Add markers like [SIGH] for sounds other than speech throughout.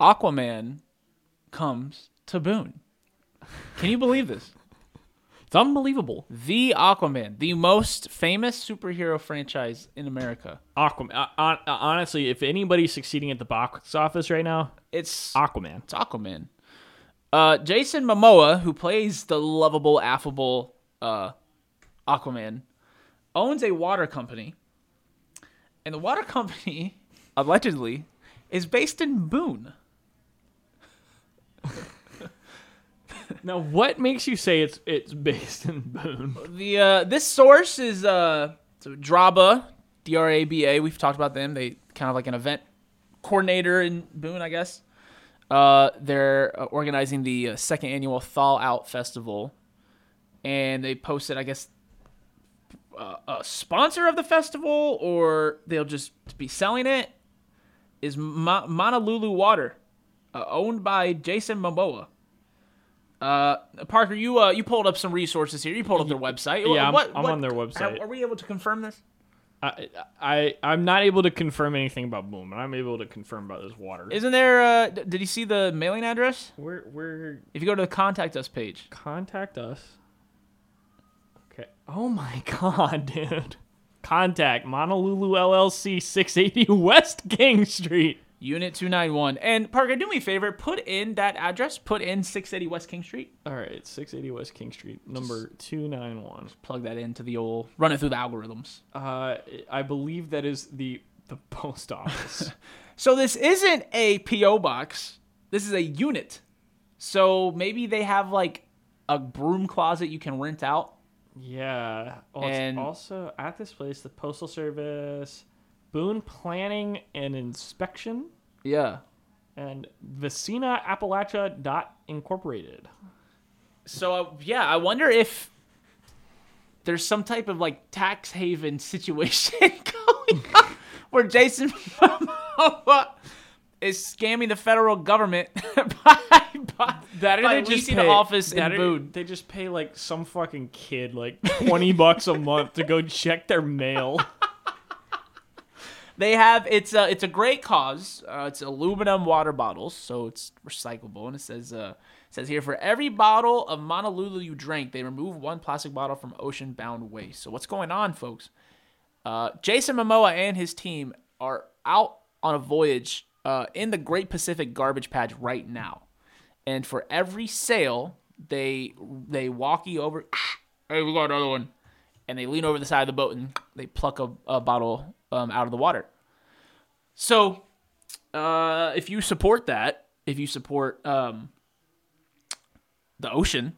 Aquaman comes to Boone. Can you believe this? It's unbelievable. The Aquaman, the most famous superhero franchise in America. Aquaman. Uh, hon- uh, honestly, if anybody's succeeding at the box office right now, It's Aquaman. it's Aquaman. Uh, Jason Momoa, who plays the lovable, affable uh, Aquaman, owns a water company, and the water company [LAUGHS] allegedly is based in Boone. Now, what makes you say it's it's based in Boone? The uh, this source is uh, so Draba, D R A B A. We've talked about them. They kind of like an event coordinator in Boone, I guess. Uh, they're uh, organizing the uh, second annual Thaw Out Festival, and they posted, I guess, uh, a sponsor of the festival, or they'll just be selling it. Is Ma- Honolulu Water, uh, owned by Jason Momoa. Uh, Parker, you uh, you pulled up some resources here. You pulled up their website. Yeah, I'm- What- I'm what- on their website. Are we able to confirm this? I, I I'm not able to confirm anything about Boone, but I'm able to confirm about this water. Isn't there? Uh, d- did you see the mailing address? we're we're If you go to the contact us page, contact us. Okay. Oh my [LAUGHS] god, dude. Contact Monolulu LLC 680 [LAUGHS] West King Street. Unit 291. And Parker, do me a favor, put in that address, put in 680 West King Street, All right, 680 West King Street, number 291. plug that into the old, run it through the algorithms. Uh, I believe that is the the [LAUGHS] post office. So this isn't a P.O. box, this is a unit. So maybe they have like a broom closet you can rent out. yeah. Well, it's And- also at this place, the Postal Service, Boone Planning and Inspection, Yeah. and Vicina Appalachia Dot Incorporated. So uh, yeah, I wonder if there's some type of like tax haven [LAUGHS] situation going on where Jason Momoa is scamming the federal government [LAUGHS] by, by, That by leasing an office in Boone. They just pay like some fucking kid like twenty [LAUGHS] bucks a month to go check their mail. They have it's a it's a great cause. Uh, it's aluminum water bottles, so it's recyclable, and it says uh, it says here for every bottle of Monolulu you drink, they remove one plastic bottle from ocean bound waste. So what's going on, folks? Uh, Jason Momoa and his team are out on a voyage uh, in the Great Pacific Garbage Patch right now, and for every sale, they they walkie over. [COUGHS] Hey, we got another one and they lean over the side of the boat and they pluck a, a bottle um, out of the water. So, uh, if you support that, if you support um, the ocean,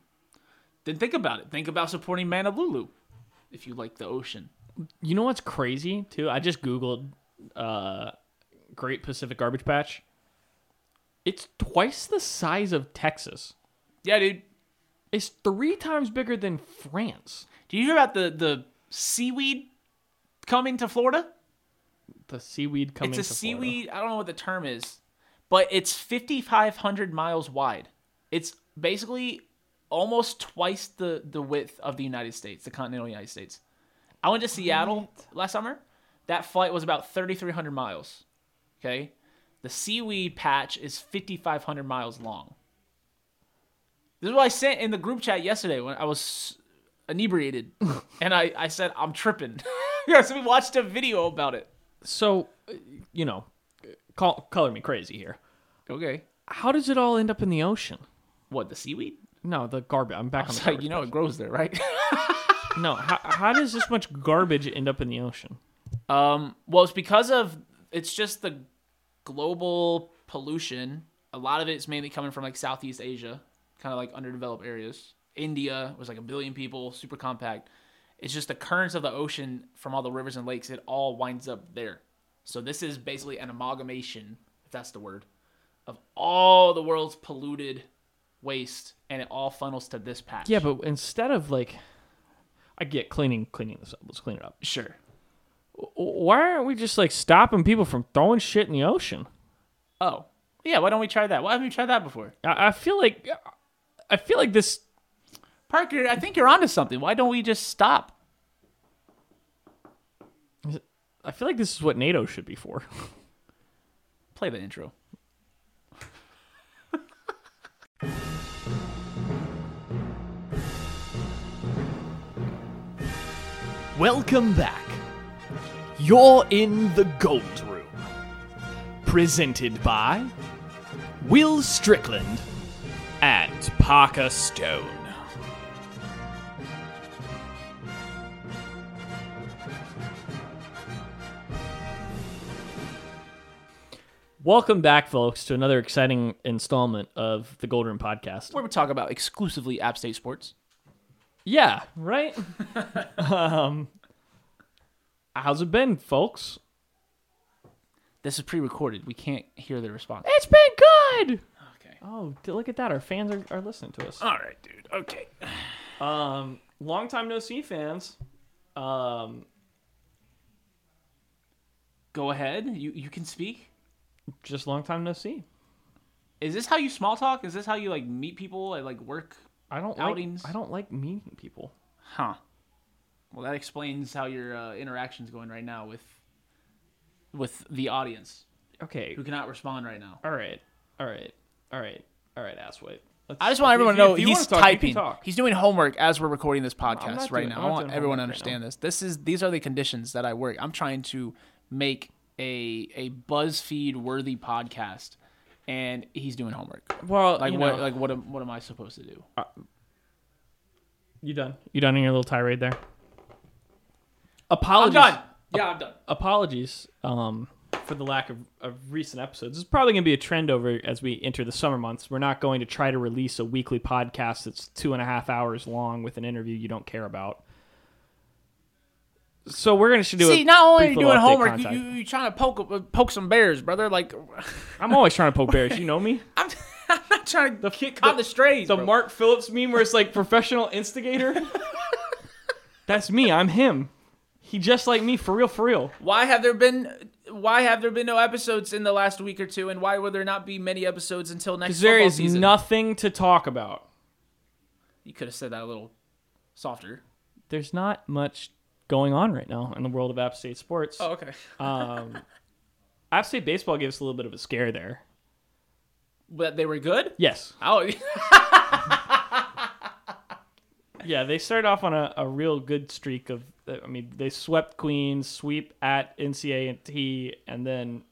then think about it. Think about supporting Manalulu if you like the ocean. You know what's crazy too? I just googled uh, Great Pacific Garbage Patch. It's twice the size of Texas. Yeah, dude. It's three times bigger than France. Do you hear about the, the seaweed coming to Florida? The seaweed coming. it's to a Florida. seaweed. I don't know what the term is, but it's 5,500 miles wide. It's basically almost twice the the width of the United States, the continental United States. I went to Seattle last summer. That flight was about 3,300 miles. Okay, the seaweed patch is 5,500 miles long. This is what I sent in the group chat yesterday when I was inebriated, [LAUGHS] and I, I said I'm tripping. [LAUGHS] so we watched a video about it. So, uh, you know, call, color me crazy here. Okay. How does it all end up in the ocean? What the seaweed? No, the garbage. I'm back [LAUGHS] on It's the like garbage you know it grows there, right? [LAUGHS] patch. No, how, how does this much garbage end up in the ocean? um, well, it's because of it's just the global pollution. A lot of it's mainly coming from like Southeast Asia, kind of like underdeveloped areas. India was like a billion people, super compact. It's just the currents of the ocean from all the rivers and lakes. It all winds up there. So this is basically an amalgamation, if that's the word, of all the world's polluted waste, and it all funnels to this patch. Yeah, but instead of like, I get cleaning, cleaning this up. Let's clean it up. sure. W- Why aren't we just like stopping people from throwing shit in the ocean? Oh, yeah. Why don't we try that? Why haven't we tried that before? I, I feel like, I feel like this. Parker, I think you're onto something. Why don't we just stop? [LAUGHS] I feel like this is what NATO should be for. Play the intro. Welcome back. You're in the Gold Room. Presented by Will Strickland and Parker Stone. Welcome back, folks, to another exciting installment of the Gold Room podcast. Where we talk about exclusively App State sports. Yeah, right? [LAUGHS] um, how's it been, folks? This is pre-recorded. We can't hear the response. It's been good. Okay. Oh, d- look at that. Our fans are, are listening to us. All right, dude. Okay. Um, long time no see fans. Um, Go ahead. You you can speak. just long time no see. Is this how you small talk? Is this how you like meet people at like work? I don't Outings. like I don't like meeting people. Huh. Well, that explains how your uh, interaction's going right now with with the audience Okay. who cannot respond right now. All right. All right. All right. All right, asswit. Let's- I just want if you- everyone to know if you he's wanna talk, you can typing. talk. He's doing homework as we're recording this I'm podcast not right doing- I'm now. I not want doing everyone to homework right now. understand this. This is these are the conditions that I work. I'm trying to make a a BuzzFeed worthy podcast, and he's doing homework. Well, Like you what? know, Like what? Am, what am I supposed to do? you done? You done in your little tirade there? Apologies. Yeah, I'm done. apologies um, for the lack of, of recent episodes. It's probably going to be a trend over as we enter the summer months. We're not going to try to release a weekly podcast that's two and a half hours long with an interview you don't care about. So we're going to do. See, a not only are brief you doing little update homework, you, contact. you you trying to poke poke some bears, brother. Like [LAUGHS] I'm always trying to poke bears. You know me. I'm, I'm not trying to get caught in the strays. The bro. Mark Phillips meme where it's like professional [LAUGHS] instigator. That's me. I'm him. He just like me for real, for real. Why have there been why have there been no episodes in the last week or two, and why will there not be many episodes until next? There football is season? nothing to talk about. You could have said that a little softer. there's not much going on right now in the world of App State sports. Oh, okay. App State baseball gave us a little bit of a scare there. [LAUGHS] But they were good. Yes. [LAUGHS] Oh, Yeah, they started off on a, a real good streak of. uh, I mean, they swept Queens, sweep at NCA and T, and then,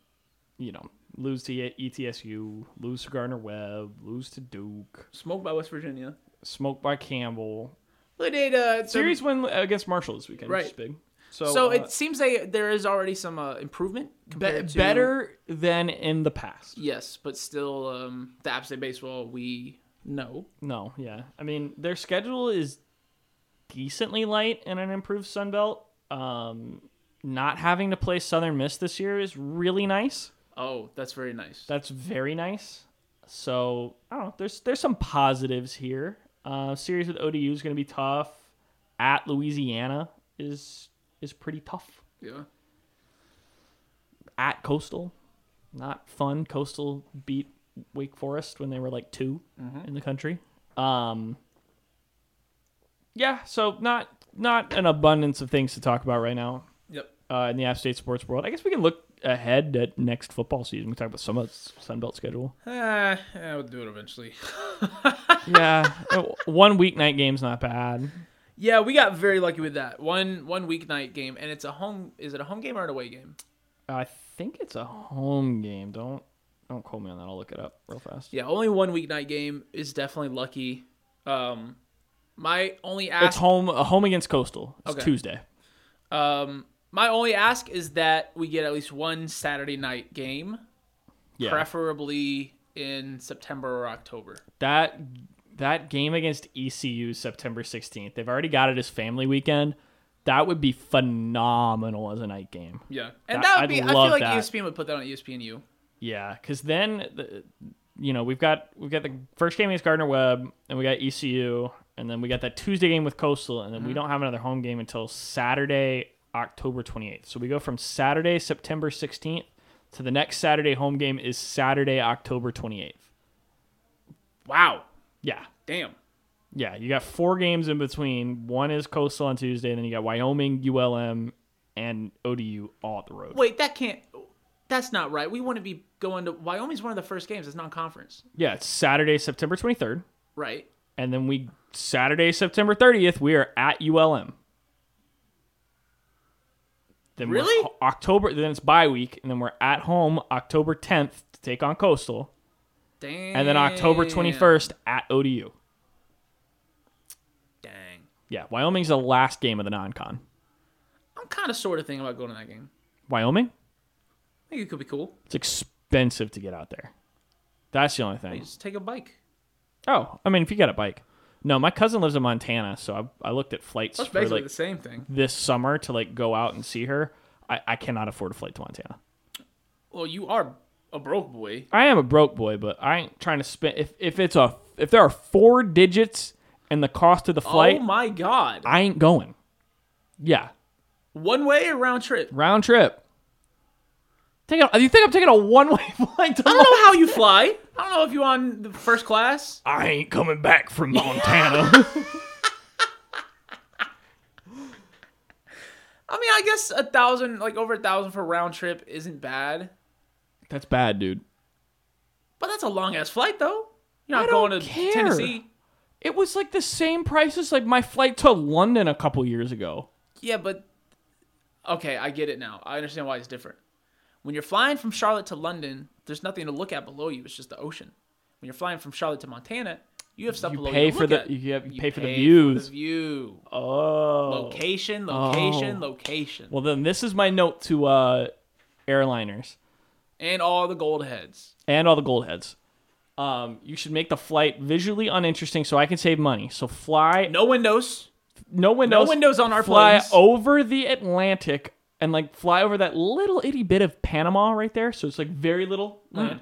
you know, lose to E ETSU, lose to Gardner Webb, lose to Duke, smoked by West Virginia. smoke by Campbell. We did uh, some- Series win against Marshall this weekend, which is Right. big. So, So uh, it seems they, there is already some uh, improvement be- compared to better than in the past. Yes, but still, um, the App State baseball we know. No, yeah. I mean, their schedule is decently light in an improved Sun Belt. Um, not having to play Southern Miss this year is really nice. Oh, that's very nice. That's very nice. So I don't know. There's there's some positives here. Uh, series with ODU is going to be tough. At Louisiana is is pretty tough. yeah. At Coastal, not fun. Coastal beat Wake Forest when they were like 2 Mm-hmm. in the country. Um, yeah, so not not an abundance of things to talk about right now Yep. uh, in the App State sports world. I guess we can look ahead at next football season. We can talk about some of the Sun [LAUGHS] Belt schedule. Uh, yeah, we'll do it eventually. yeah, Uh, one weeknight game's not bad. Yeah, we got very lucky with that one one weeknight game, and it's a home. Is it a home game or an away game? I think it's a home game. Don't don't quote me on that. I'll look it up real fast. Yeah, only one weeknight game is definitely lucky. Um, my only It's ask, home a home against Coastal. It's Okay. Tuesday. um, my only ask is that we get at least one Saturday night game, Yeah. preferably in September or October. that that game against ECU September 16th. They've already got it as family weekend. That would be phenomenal as a night game. Yeah, and That- that would I'd be. I feel love like E that. ESPN would put that on ESPNU. Yeah, cuz then the, you know, we've got we've got the first game against Gardner Webb and we got ECU and then we got that Tuesday game with Coastal and then we don't have another home game until Saturday, October 28th. So we go from Saturday, September 16th to the next Saturday home game is Saturday, October 28th. Wow, Yeah. damn. Yeah, you got four games in between. One is Coastal on Tuesday, and then you got Wyoming, ULM, and ODU all at the road. Wait, that can't. That's not right. We want to be going to Wyoming's one of the first games. It's non-conference, Yeah, it's Saturday, September 23rd, right? and then we Saturday, September 30th, we are at ULM. Then we're Really? ho- October. Then it's bye week, and then we're at home October 10th to take on Coastal, Dang. and then October 21st at ODU. Dang. Yeah, Wyoming's the last game of the non-con. I'm kind of sort of thinking about going to that game. Wyoming, I think it could be cool. it's expensive to get out there. That's the only thing. Just take a bike. Oh, I mean, if you got a bike. No, my cousin lives in Montana, so I, I looked at flights That's for basically like the same thing. this summer to like go out and see her. I, I cannot afford a flight to Montana. Well, you are a broke boy. I am a broke boy, but I ain't trying to spend if, if it's a if there are four digits and the cost of the flight, Oh my god. I ain't going. Yeah. One way or round trip? Round trip. Take a, you think I'm taking a one way [LAUGHS] flight to I don't know how [LAUGHS] you fly. I don't know if you on the first class. I ain't coming back [LAUGHS] from Montana. I mean, I guess a thousand, like over a thousand for round trip isn't bad, That's bad, dude. but that's a long ass flight though. You're not I don't going to care. Tennessee. It was like the same price as like my flight to London a couple years ago. Yeah, but okay, I get it now. I understand why it's different. When you're flying from Charlotte to London, there's nothing to look at below you. It's just the ocean. When you're flying from Charlotte to Montana, you have stuff You below pay you to for look the- at. you have- pay for the For views. the view. Oh. Location, location, location, Well, then this is my note to uh, airliners and all the gold heads. and all the gold heads. Um, you should make the flight visually uninteresting so I can save money. So fly No no, windows. windows, windows on our fly planes. over the Atlantic and like fly over that little itty bit of Panama right there. So it's like very little Mm. land,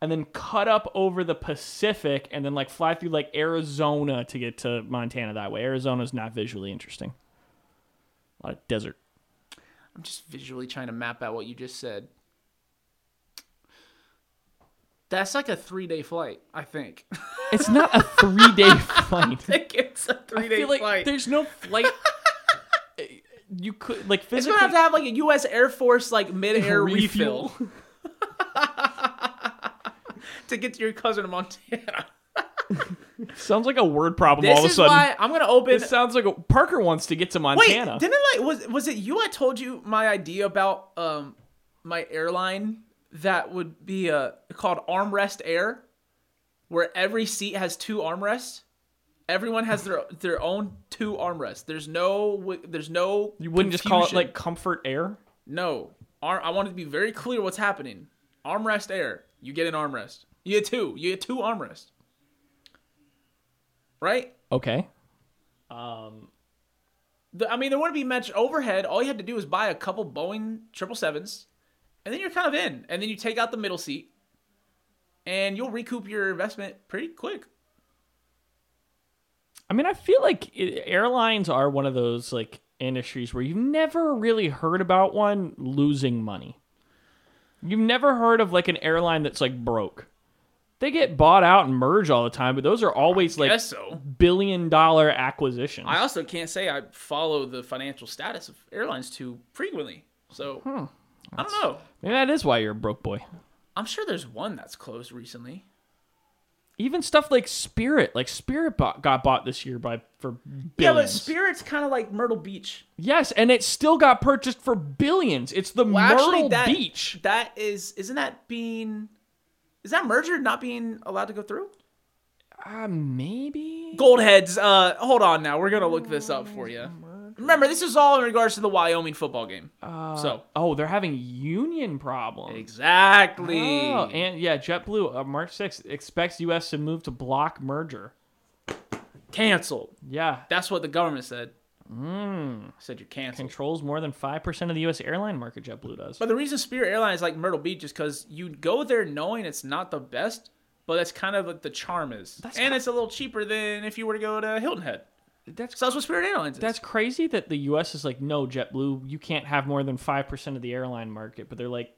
and then cut up over the Pacific and then like fly through like Arizona to get to Montana that way. Arizona's not visually interesting. A lot of desert. I'm just visually trying to map out what you just said. That's like a three day flight, I think. [LAUGHS] It's not a three day flight. I think it's a three I day feel like flight. there's no [LAUGHS] flight. Eh, you could like It's physically. gonna have to have like a U.S. Air Force like mid air [LAUGHS] Refuel. refill [LAUGHS] to get to your cousin in Montana. sounds like a word problem This all of a is sudden. [LAUGHS] why I'm gonna open. This sounds like a, Parker wants to get to Wait, Montana. didn't like was was it you? I told you my idea about um my airline that would be uh called Armrest Air, where every seat has two armrests. Everyone has their their own two armrests. There's no wi- there's no you wouldn't just call it confusion. like comfort air. no. Arm, I wanted to be very clear what's happening. Armrest Air, you get an armrest. You get two. You get two armrests. Right? Okay. The- I mean, there wouldn't be much overhead. All you had to do is buy a couple Boeing triple sevens, and then you're kind of in. And then you take out the middle seat, and you'll recoup your investment pretty quick. I mean, I feel like i airlines are one of those like industries where you've never really heard about one losing money. You've never heard of like an airline that's like broke. They get bought out and merge all the time, but those are always like Guess so. billion dollar acquisitions. I also can't say I follow the financial status of airlines too frequently. So I don't know. Maybe that is why you're a broke boy. I'm sure there's one that's closed recently. Even stuff like Spirit, like Spirit bought, got bought this year by for billions. Yeah, but Spirit's kind of like Myrtle Beach. yes, and it still got purchased for billions. It's the Well, Myrtle actually, that Beach. that is isn't that being is that merger not being allowed to go through? Uh, maybe. Goldheads, uh, hold on now. We're gonna look this up for you. Remember, this is all in regards to the Wyoming football game. so Oh, they're having union problems. exactly. Oh, and yeah, JetBlue uh, March 6th expects U.S. to move to block merger. canceled. Yeah, Hmm. That's what the government said. Said you're canceled. controls more than five percent of the U.S. airline market. JetBlue does. But the reason Spirit Airlines like Myrtle Beach is because you go there knowing it's not the best, but that's kind of what the charm is, and ki- it's a little cheaper than if you were to go to Hilton Head. that's So that's what Spirit Airlines is. That's crazy that the U.S. is like, no, JetBlue, you can't have more than five percent of the airline market. But they're like,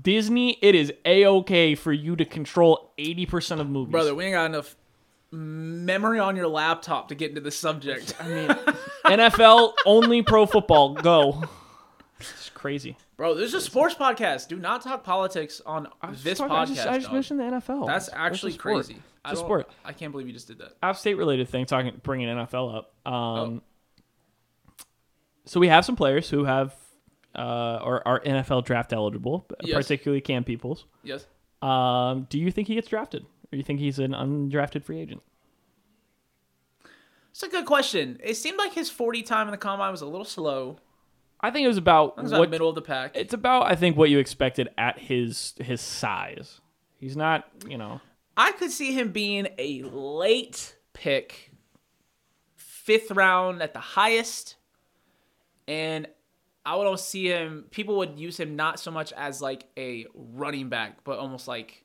Disney, it is a okay for you to control eighty percent of movies. [LAUGHS] brother. We ain't got enough memory on your laptop to get into the subject. NFL only pro football go. It's crazy. Bro, this is a sports podcast. Do not talk politics on this podcast. I just, I just dog. mentioned the NFL. That's It's- it's a actually sport. crazy. I It's a don't- sport. I can't believe you just did that. App State related thing, talking Oh. bringing NFL up. Um, So we have some players who have uh, or are NFL draft eligible, Yes. particularly Cam Peoples. Yes. Um, do you think he gets drafted, or you think he's an undrafted free agent? It's a good question. It seemed like his 40 time in the combine was a little slow. I think it was about It was about what middle of the pack. it's about. I think what you expected at his his size. He's not, you know, I could see him being a late pick, fifth round at the highest, and I would also see him. People would use him not so much as like a running back, but almost like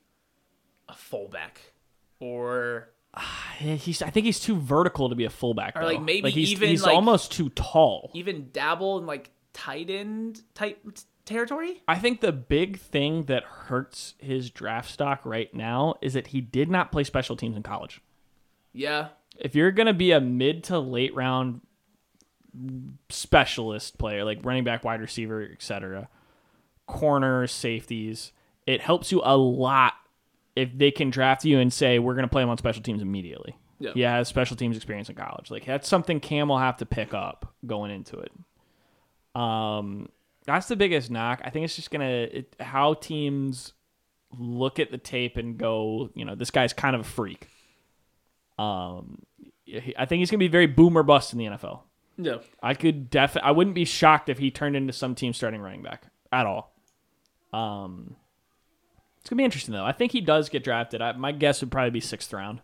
a fullback, or Eh, he's. I think he's too vertical to be a fullback. Or, like, though. maybe he's, even, he's like- almost too tall. even dabble in like tight end type territory. I think the big thing that hurts his draft stock right now is that he did not play special teams in college. Yeah, If you're going to be a mid to late round specialist player, like running back, wide receiver, etc., corners, safeties, it helps you a lot if they can draft you and say, we're going to play him on special teams immediately. Yeah. He has special teams experience in college. Like, that's something Cam will have to pick up going into it. Um, that's the biggest knock. I think it's just gonna it, how teams look at the tape and go, you know, this guy's kind of a freak. Um, he- I think he's gonna be very boomer bust in the NFL. yeah. I could def I wouldn't be shocked if he turned into some team starting running back at all. Um, it's gonna be interesting though. I think he does get drafted. I, my guess would probably be sixth round.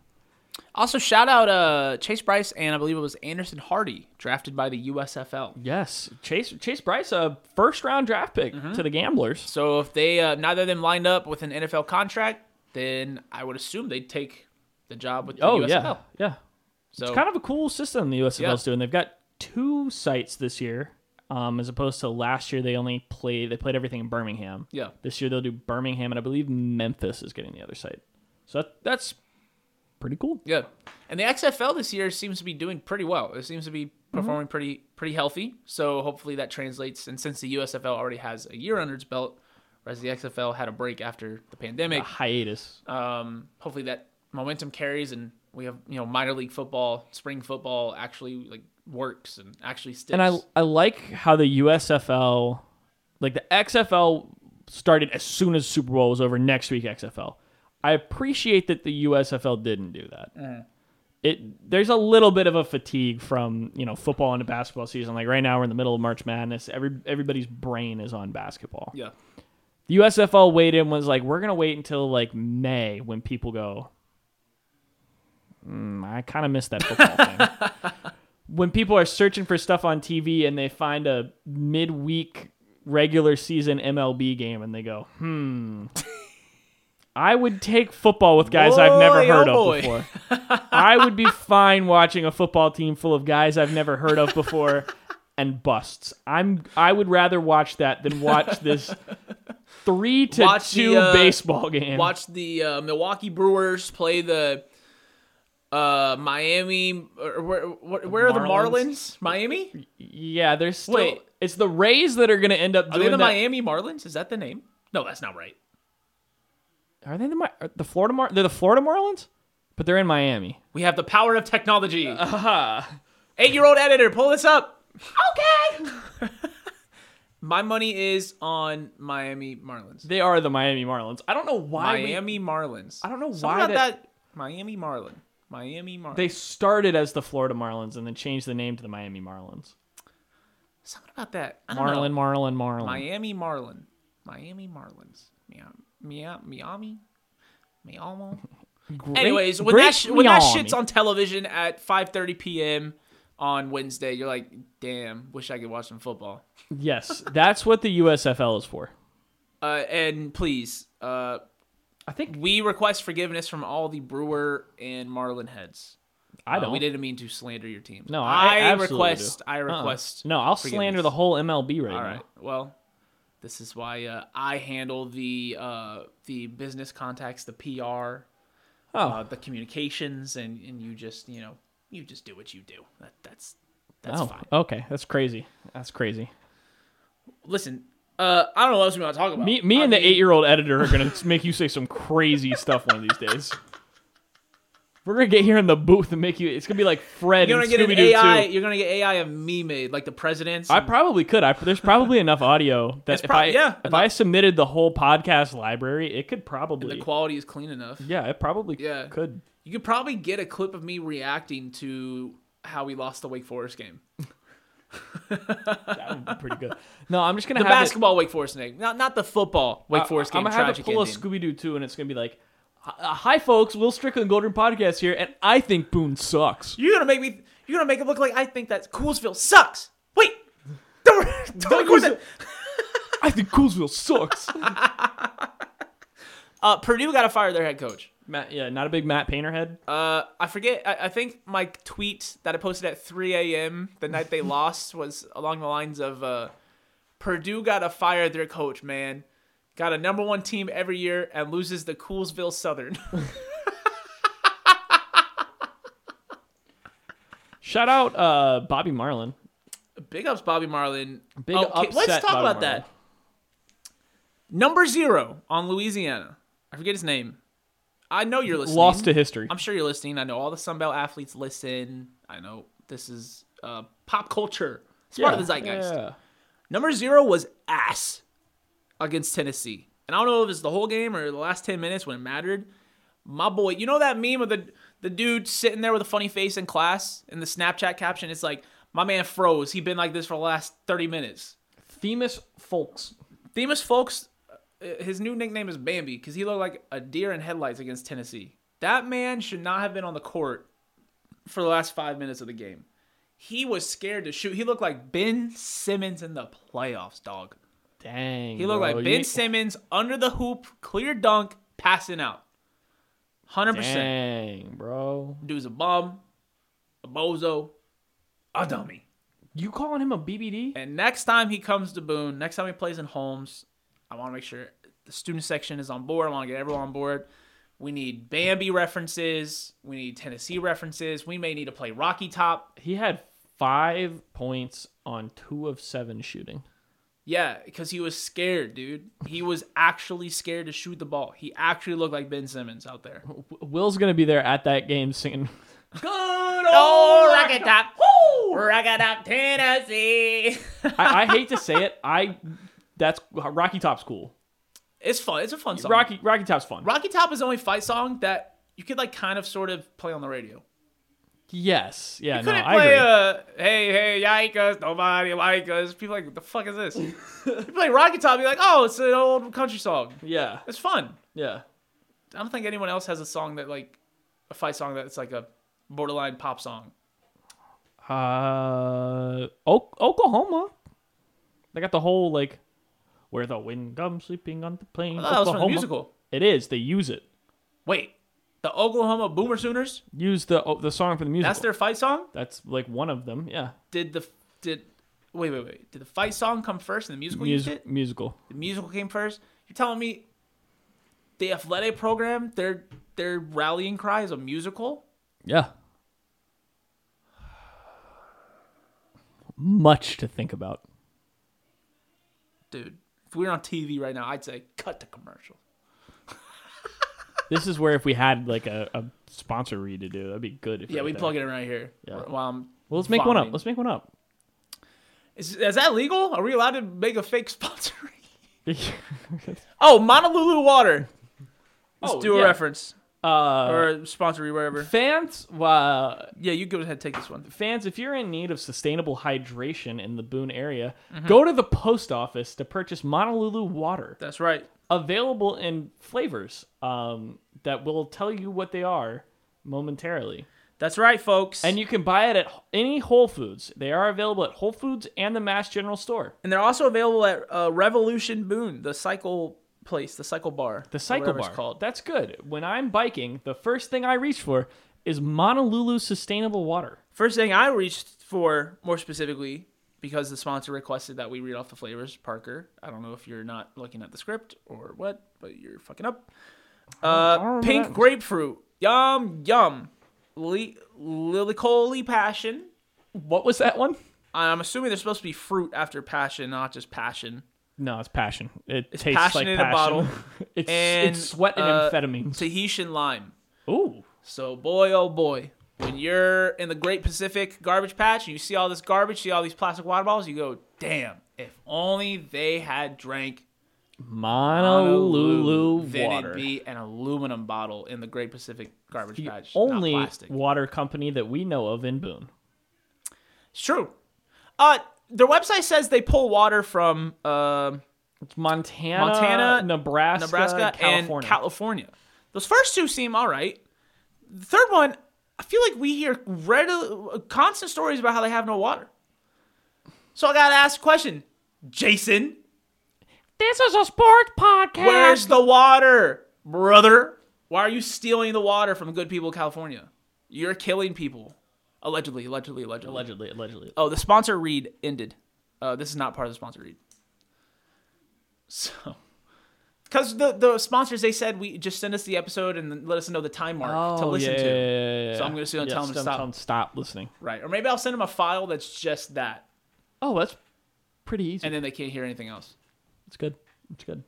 Also, shout out uh, Chase Bryce and I believe it was Anderson Hardy drafted by the USFL. Yes, Chase Chase Bryce, a first round draft pick to the Gamblers. So if they uh, neither of them lined up with an NFL contract, then I would assume they'd take the job with the Oh USFL. yeah, yeah. So It's kind of a cool system the USFL's Yeah. doing. They've got two sites this year, um, as opposed to last year they only played they played everything in Birmingham. yeah, This year they'll do Birmingham, and I believe Memphis is getting the other site. So that, that's pretty cool. yeah. And the XFL this year seems to be doing pretty well. It seems to be Mm-hmm. performing pretty pretty healthy. So hopefully that translates. And since the USFL already has a year under its belt, whereas the XFL had a break after the pandemic, A hiatus. um, hopefully that momentum carries and we have you know minor league football, spring football actually like works and actually sticks. and I I like how the USFL, like the XFL, started as soon as Super Bowl was over. Next week XFL. I appreciate that the USFL didn't do that. It there's a little bit of a fatigue from you know football into basketball season. Like right now we're in the middle of March Madness. Every everybody's brain is on basketball. yeah. The USFL waited and was like, we're gonna wait until like May when people go. "Hmm, I kind of miss that football [LAUGHS] thing. When people are searching for stuff on TV and they find a midweek regular season MLB game and they go, hmm, I would take football with guys I've never Boy, heard oh boy. of before. I would be fine watching a football team full of guys I've never heard of before and busts. I'm I would rather watch that than watch [LAUGHS] this three to Watch the, two uh, baseball game. Watch the uh, Milwaukee Brewers play the uh, Miami. Or, where where, where are the Marlins? Marlins? Miami? yeah, there's still Wait. it's the Rays that are gonna end up Are doing they the that. Miami Marlins? Is that the name? No, that's not right. Are they the Mi- are the Florida Mar- they're the Florida Marlins? But they're in Miami. We have the power of [LAUGHS] technology. Uh-huh. Eight year old editor, pull this up. Okay. [LAUGHS] My money is on Miami Marlins. They are the Miami Marlins. I don't know why we- Miami Marlins. I don't know Something why about that- that. Miami Marlin. Miami Marlin. they started as the Florida Marlins and then changed the name to the Miami Marlins. Something about that. I don't know. Marlin, Marlin, Marlin. Miami Marlin. Miami Marlins. Miami. Miami. Miami. Great- Anyways, when great that, sh- when that Miami. shit's on television at 5:30 p.m. on Wednesday, you're like, "Damn, wish I could watch some football." Yes, that's what the USFL is for. Uh, and please, uh, I think we request forgiveness from all the Brewer and Marlin heads. I Uh, don't. we didn't mean to slander your teams. No, I, absolutely request. do. I Uh-uh. request. No, I'll forgiveness. slander the whole MLB right All now. right. Well, this is why uh, I handle the uh, the business contacts, the PR, Oh, uh, the communications, and, and you just you know you just do what you do. That, that's that's oh, fine. okay. That's crazy. That's crazy. Listen, uh, I don't know what else we want to talk about. Me, me, I and [LAUGHS] the mean, eight-year-old editor are gonna make you say some crazy stuff one of these days. We're gonna get here in the booth and make you. It's gonna be like Fred You're and gonna get an Scooby Doo AI. too. You're gonna get AI of me made, like the presidents. I and- probably could. I there's probably enough audio that It's if prob- I yeah, if I submitted the whole podcast library, it could probably the quality is clean enough. yeah, it probably Yeah. could. You could probably get a clip of me reacting to how we lost the Wake Forest game. That would be pretty good. No, I'm just gonna The have it- basketball Wake Forest game, not not the football Wake Forest I- game. Uh, I'm gonna have to tragic pull ending. a Scooby Doo too, and it's gonna be like, "Hi- uh, "Hi, folks, Will Strickland Golden Podcast here, and I think Boone sucks." You're gonna make me. You're gonna make it look like I think that Coolsville sucks. Wait, [LAUGHS] don't, don't record that. I think [LAUGHS] Coolsville sucks. Uh, Purdue got to fire their head coach. Matt, yeah, not a big Matt Painter head. Uh, I forget. I, I think my tweet that I posted at 3 a.m. the night [LAUGHS] they lost was along the lines of uh, Purdue got to fire their coach. Man, got a number one team every year and loses the Coolsville Southern. [LAUGHS] Shout out uh, Bobby Marlin. Big ups, Bobby Marlin. Big upset, let's talk Bobby about Marlin. that. Number zero on Louisiana. I forget his name. I know you're listening. Lost to history. I'm sure you're listening. I know all the Sunbelt athletes listen. I know this is uh, pop culture. It's part of the zeitgeist. Yeah. Number zero was ass against Tennessee. And I don't know if it's the whole game or the last 10 minutes when it mattered. My boy, you know that meme of the, the dude sitting there with a funny face in class and the Snapchat caption? It's like, my man froze. He been like this for the last 30 minutes. Themis Folks. Themis Folks, uh, his new nickname is Bambi because he looked like a deer in headlights against Tennessee. That man should not have been on the court for the last five minutes of the game. He was scared to shoot. He looked like Ben Simmons in the playoffs, dog. Dang. He looked like Ben Simmons under the hoop, clear dunk, passing out. 100%. Dang, bro. Dude's a bum, a bozo, a dummy. You calling him a BBD? And next time he comes to Boone, next time he plays in Holmes, I want to make sure the student section is on board. I want to get everyone on board. We need Bambi references. We need Tennessee references. We may need to play Rocky Top. He had five points on two of seven shooting. Yeah, because he was scared, dude. He was actually scared to shoot the ball. He actually looked like Ben Simmons out there. Good W- Will's gonna be there at that game singing. old Oh, Rocky Top. Woo! Rocky Top, Tennessee. I, I hate to say it. I that's Rocky Top's cool. it's fun. It's a fun song. Rocky Rocky Top's fun. Rocky Top is the only fight song that you could like kind of sort of play on the radio. Yes. Yeah. no. couldn't I play agree. uh hey hey yikers nobody like us people like what the fuck is [LAUGHS] this you play rocky top you're like oh it's an old country song yeah. it's fun Yeah. i don't think anyone else has a song that like a fight song that's like a borderline pop song Uh, o- Oklahoma. They got the whole like, where the wind comes sleeping on the plain. oh, that was from the Oklahoma. musical It is. They use it. wait the oklahoma boomer sooners Use the oh, the song for the musical. that's their fight song That's like one of them. Yeah. did the did wait wait wait did the fight song come first and the musical used Mus- it musical. the musical came first you're telling me the athletic program their their rallying cry is a musical Yeah. Much to think about. dude. If we were on TV right now, I'd say cut the commercial. This is where if we had like a, a sponsor read to do, that'd be good. If Yeah, right we there. plug it in right here. Yeah. While I'm Well, let's make one up. vomiting. Let's make one [LAUGHS] up. Is, is that legal? Are we allowed to make a fake [LAUGHS] sponsor? oh, Monolulu Water. Let's Oh, do a yeah. reference uh, or sponsor wherever. fans, uh, Yeah, you go ahead take this one. fans, if you're in need of sustainable hydration in the Boone area, Mm-hmm. go to the post office to purchase Monolulu water, That's right. available in flavors um, that will tell you what they are momentarily. That's right, folks. And you can buy it at any Whole Foods. They are available at Whole Foods and the Mass General Store. and they're also available at uh, Revolution Boone, the cycle place, the cycle bar. The cycle whatever bar. It's called. That's good. When I'm biking, the first thing I reach for is Monolulu sustainable water. First thing I reached for, more specifically, because the sponsor requested that we read off the flavors, Parker. I don't know if you're not looking at the script or what, but you're fucking up. Uh, remember pink that. grapefruit. Yum, yum. Le- Lilicoli passion. What was that one? I'm assuming there's supposed to be fruit after passion, not just passion. No, it's passion. It tastes passion like in a passion. bottle. [LAUGHS] it's, And, it's sweat and uh, amphetamines. Tahitian lime. Ooh, So boy, oh boy, when you're in the Great Pacific Garbage Patch and you see all this garbage, see all these plastic water bottles, you go, damn! If only they had drank Honolulu then water. it'd be an aluminum bottle in the Great Pacific Garbage the Patch, only not plastic. water company that we know of in Boone. It's true. Uh, their website says they pull water from um It's Montana, Montana, Nebraska, Nebraska California. and California. Those first two seem all right. The third one, I feel like we hear redi- constant stories about how they have no water. So I gotta ask a question, Jason. this is a sports podcast. Where's the water, brother? Why are you stealing the water from good people in California? You're killing people. Allegedly, allegedly, allegedly. allegedly, allegedly. Oh, the sponsor read ended. Uh, this is not part of the sponsor read. So, because the the sponsors they said we just send us the episode and then let us know the time mark Oh, to listen to. yeah, Oh, yeah, Oh, yeah, So I'm gonna sit and tell them to so I'm stop. telling stop listening. Right, or maybe I'll send them a file that's just that, Oh, that's pretty easy. and then they can't hear anything else. it's good. It's good.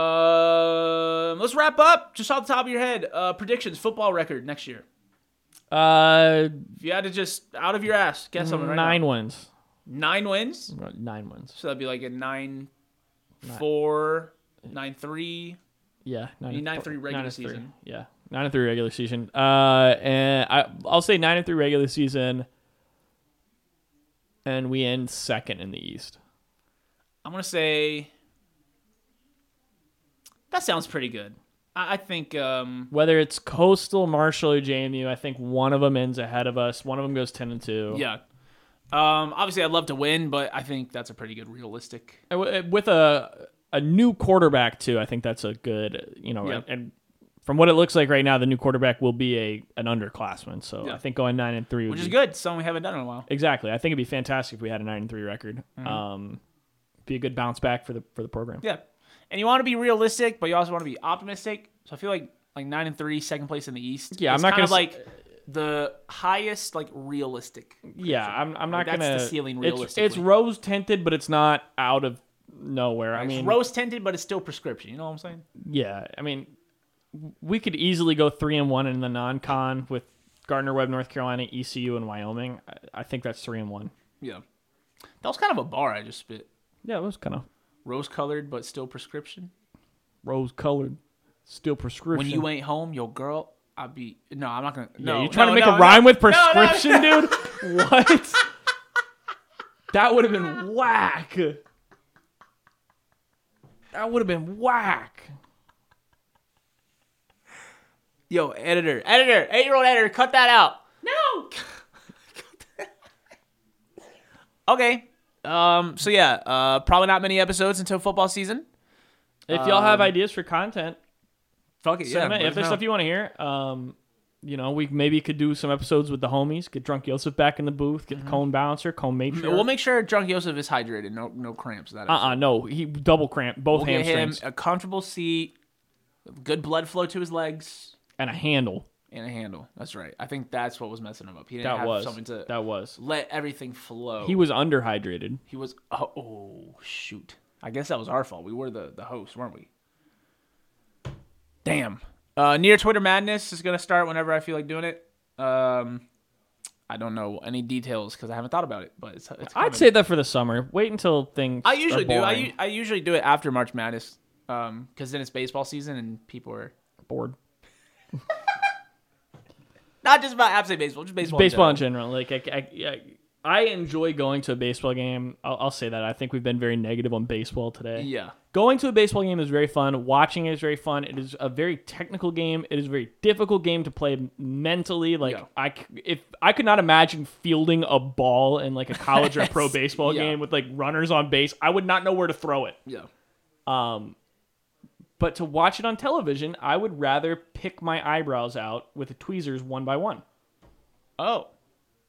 Um, let's wrap up. Just off the top of your head, uh, predictions, football record next year. Uh, If you had to just out of your ass guess something right nine now. wins. nine wins, Nine wins. so that'd be like a nine, four, nine three. Yeah, nine, mean, and nine th- three regular nine and three. season. Yeah, nine and three regular season. Uh, and I I'll say nine and three regular season, and we end second in the East. I'm gonna say that sounds pretty good. I, I think um, Whether it's Coastal, Marshall, or JMU, I think one of them ends ahead of us. One of them goes ten and two. yeah. Um, obviously, I'd love to win, but I think that's a pretty good realistic. And Uh, w- with a a new quarterback too. I think that's a good you know Yeah. and. From what it looks like right now, the new quarterback will be a an underclassman. So Yeah. I think going nine and three, would Which is be good. Something we haven't done in a while. Exactly. I think it'd be fantastic if we had a nine and three record. Um, be a good bounce back for the for the program. Mm-hmm. Yeah. And you want to be realistic, but you also want to be optimistic. So I feel like like nine and three, second place in the East. Yeah, I'm is not kind of gonna like the highest like realistic. Yeah, I'm, I'm not That's the gonna. ceiling It's, it's realistically. rose tinted, but it's not out of nowhere. I mean, rose tinted, but it's still prescription. You know what I'm saying? yeah. I mean, we could easily go three and one in the non-con with Gardner Webb, North Carolina, ECU, and Wyoming. I, I think that's three and one. Yeah. That was kind of a bar I just spit. Yeah, it was kind of Rose colored, but still prescription. rose colored, still prescription. when you ain't home, your girl, I be no, I'm not gonna. Yeah, No, you trying no, to make no, a rhyme no. with No, no, prescription, [LAUGHS] dude? What? that would have been whack. That would have been whack. Yo, editor, editor, eight year old editor, cut that out. [LAUGHS] No. okay. Um. So yeah. Uh. Probably not many episodes until football season. If y'all have ideas for content, Fuck it. send 'em in. if there's stuff you want to hear, um, you know, we maybe could do some episodes with the homies. Get drunk Joseph back in the booth. Get Cone Bouncer, Cone Matriarch. we'll make sure Drunk Joseph is hydrated. No, no cramps. That. uh episode. uh no, he double cramp both We'll get him hamstrings a comfortable seat, good blood flow to his legs, and a handle. and a handle. That's right. I think that's what was messing him up. He didn't That have was something to that was. let everything flow. He was underhydrated. He was. Oh, oh shoot! I guess that was our fault. We were the the host, weren't we? Damn. Uh, near Twitter madness is gonna start whenever I feel like doing it. Um, I don't know any details because I haven't thought about it, but it's. it's coming. I'd say that for the summer. Wait until things. I usually are do. I, boring. u- I usually do it after March Madness, um, because then it's baseball season and people are bored. not just about absolute baseball, just baseball. in Baseball in general. general, like I, I, I- I enjoy going to a baseball game. I'll, I'll say that. I think we've been very negative on baseball today. Yeah. Going to a baseball game is very fun. Watching it is very fun. It is a very technical game. It is a very difficult game to play mentally. Like Yeah. I, c- if I could not imagine fielding a ball in like a college or [LAUGHS] pro baseball Yeah. game with like runners on base, I would not know where to throw it. Yeah. But to watch it on television, I would rather pick my eyebrows out with the tweezers one by one. Oh.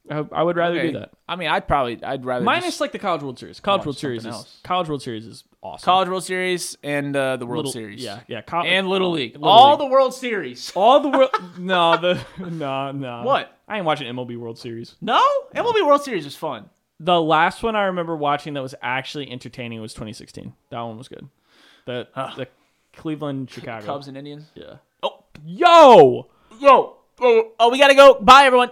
I, I would rather okay. do that. I mean, I'd probably, I'd rather Minus just- like the College World Series. College watch World Series is something else. College World Series is awesome. College World Series and uh, the World Little- Series. Yeah, yeah. Col- and Little League. Little All League. the World Series. all the world. [LAUGHS] no, the no, no. What? I ain't watching MLB World Series. No, MLB World Series was fun. The last one I remember watching that was actually entertaining was 2016. That one was good. The the Cleveland Chicago Cubs and Indians. Yeah. Oh, Yo, yo, oh, oh, we gotta go. Bye, everyone.